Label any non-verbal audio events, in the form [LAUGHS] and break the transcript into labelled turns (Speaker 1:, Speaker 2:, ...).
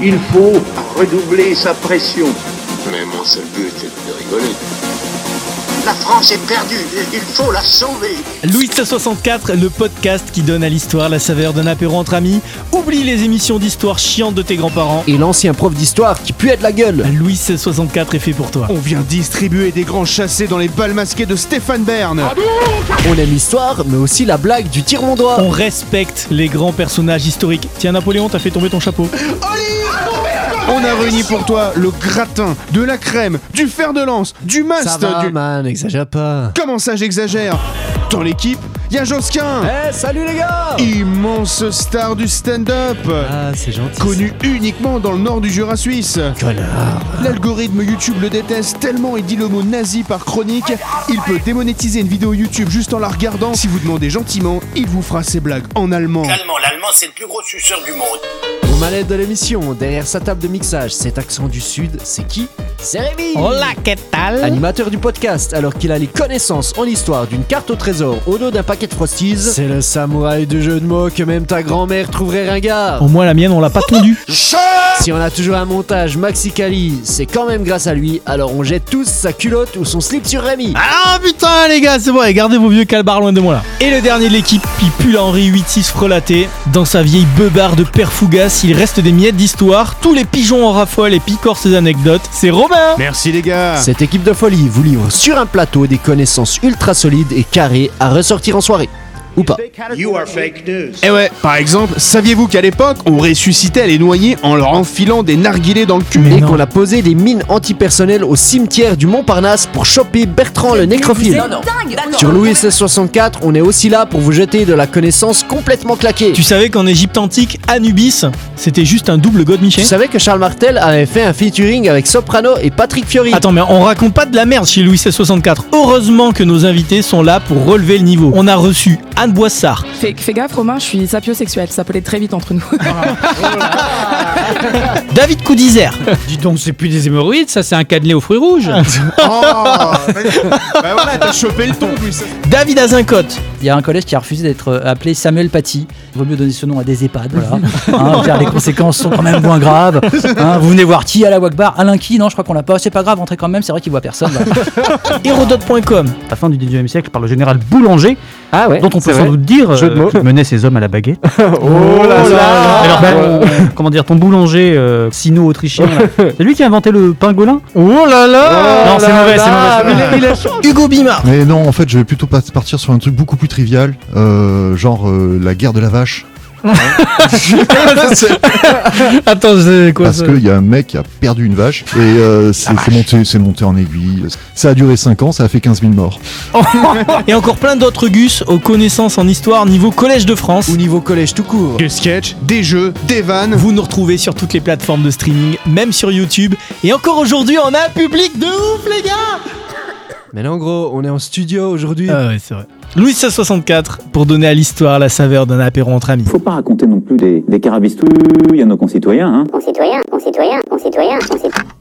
Speaker 1: Il faut redoubler sa pression.
Speaker 2: Mais mon seul but est de rigoler.
Speaker 3: La France est perdue, il faut la sauver.
Speaker 4: Louis 64, le podcast qui donne à l'histoire la saveur d'un apéro entre amis. Oublie les émissions d'histoire chiantes de tes grands-parents.
Speaker 5: Et l'ancien prof d'histoire qui pue de la gueule.
Speaker 4: Louis 64 est fait pour toi.
Speaker 6: On vient distribuer des grands chassés dans les balles masquées de Stéphane Bern.
Speaker 5: On aime l'histoire, mais aussi la blague du tire mon doigt.
Speaker 4: On respecte les grands personnages historiques. Tiens, Napoléon, t'as fait tomber ton chapeau.
Speaker 6: On a réuni pour toi le gratin, de la crème, du fer de lance, du mast.
Speaker 5: Ça va,
Speaker 6: du-
Speaker 5: man, n'exagère pas.
Speaker 6: Comment ça, j'exagère Dans l'équipe, il y a Josquin,
Speaker 5: Eh, salut les gars
Speaker 6: immense star du stand-up.
Speaker 5: Eh. Ah, c'est gentil.
Speaker 6: Connu uniquement dans le nord du Jura suisse.
Speaker 5: Connard.
Speaker 6: L'algorithme YouTube le déteste tellement il dit le mot nazi par chronique. Il peut démonétiser une vidéo YouTube juste en la regardant. Si vous demandez gentiment, il vous fera ses blagues en allemand.
Speaker 7: L'allemand, l'allemand, c'est le plus gros suceur du monde.
Speaker 5: Au malade de l'émission, derrière sa table de mixage, cet accent du sud, c'est qui C'est Rémi
Speaker 4: Hola, que tal
Speaker 5: Animateur du podcast, alors qu'il a les connaissances en histoire d'une carte au trésor au dos d'un paquet de Frosties, c'est le samouraï du jeu de mots que même ta grand-mère trouverait ringard.
Speaker 4: Au moins, la mienne, on l'a pas tondue.
Speaker 5: Si on a toujours un montage Maxi Cali, c'est quand même grâce à lui, alors on jette tous sa culotte ou son slip sur Rémi.
Speaker 4: Ah putain, les gars, c'est bon, allez, gardez vos vieux calbars loin de moi là. Et le dernier de l'équipe, il pue la Henri 8-6 frelaté. Dans sa vieille beubarde de père Fougas, il reste des miettes d'histoire. Tous les pigeons en raffolent et picorent ses anecdotes. C'est Robin
Speaker 6: Merci les gars.
Speaker 5: Cette équipe de folie vous livre sur un plateau des connaissances ultra solides et carrées à ressortir en soirée. Ou pas.
Speaker 6: Eh ouais, par exemple, saviez-vous qu'à l'époque, on ressuscitait les noyés en leur enfilant des narguilés dans le [LAUGHS] cul
Speaker 4: Mais
Speaker 5: Et
Speaker 4: non.
Speaker 5: qu'on a posé des mines antipersonnelles au cimetière du Montparnasse pour choper Bertrand le nécrophile. Sur Louis XVI64, on est aussi là pour vous jeter de la connaissance complètement claquée.
Speaker 4: Tu
Speaker 5: Tu,
Speaker 4: savais qu'en Égypte antique, Anubis, c'était juste un double god Michel
Speaker 5: savais que Charles Martel avait fait un featuring avec Soprano et Patrick Fiori
Speaker 4: Attends, mais on raconte pas de la merde chez Louis C64. Heureusement que nos invités sont là pour relever le niveau. On a reçu Anne Boissard,
Speaker 8: Fais, fais gaffe Romain, je suis sapiosexuel, ça peut aller très vite entre nous.
Speaker 4: David [LAUGHS] Coudizère,
Speaker 9: Dis donc, c'est plus des hémorroïdes, ça c'est un cannelé aux fruits rouges.
Speaker 10: Ah.
Speaker 6: bah, voilà, t'as chopé le ton plus.
Speaker 4: David Azincote,
Speaker 10: Il y a un collège qui a refusé d'être euh, appelé Samuel Paty. Il vaut mieux donner ce nom à des EHPAD. Voilà.
Speaker 9: [LAUGHS]
Speaker 10: Hein, car les conséquences sont quand même moins graves. Hein, vous venez voir qui à la Wagbar Alain qui Non, je crois qu'on l'a pas. C'est pas grave, entrez quand même. C'est vrai qu'il voit
Speaker 9: [LAUGHS]
Speaker 10: personne. là.
Speaker 4: Hérodote.com,
Speaker 9: À la fin du 19e siècle, par le général Boulanger,
Speaker 5: Ah ouais,
Speaker 9: dont on peut sans doute dire euh,
Speaker 5: Jeu de mots.
Speaker 9: qu'il menait ses hommes à
Speaker 10: [LAUGHS]
Speaker 9: la baguette.
Speaker 5: Oh là là
Speaker 10: Ah
Speaker 9: Alors, ben, comment dire, ton boulanger euh, sino-autrichien, là, c'est lui qui a inventé le pangolin
Speaker 5: Oh là là
Speaker 9: Non, c'est mauvais, c'est mauvais.
Speaker 5: Mais il a- il a-
Speaker 4: Hugo Bimard,
Speaker 7: Mais non, en fait, je vais plutôt pas- partir sur un truc beaucoup plus trivial, euh, genre euh, la guerre de la vache.
Speaker 9: Attends, c'est quoi
Speaker 7: Parce qu'il y a un mec qui a perdu une vache et euh, c'est c'est monté, c'est monté en aiguille. Ça a duré 5 ans, ça a fait 15 000 morts.
Speaker 4: et encore plein d'autres Gus aux connaissances en histoire niveau Collège de France.
Speaker 5: Au niveau collège tout court.
Speaker 6: Des sketchs, des jeux, des vannes.
Speaker 4: Vous nous retrouvez sur toutes les plateformes de streaming, même sur YouTube. Et encore aujourd'hui, on a un public de ouf, les gars
Speaker 5: Mais non, gros, on est en studio
Speaker 6: Euh,
Speaker 5: aujourd'hui.
Speaker 4: Ah ouais, c'est vrai. Louis 1664 pour donner à l'histoire la saveur d'un apéro entre amis.
Speaker 10: faut pas raconter non plus des, des carabistouilles à nos concitoyens. Hein.
Speaker 3: Concitoyens, concitoyens, concitoyens, concitoyens.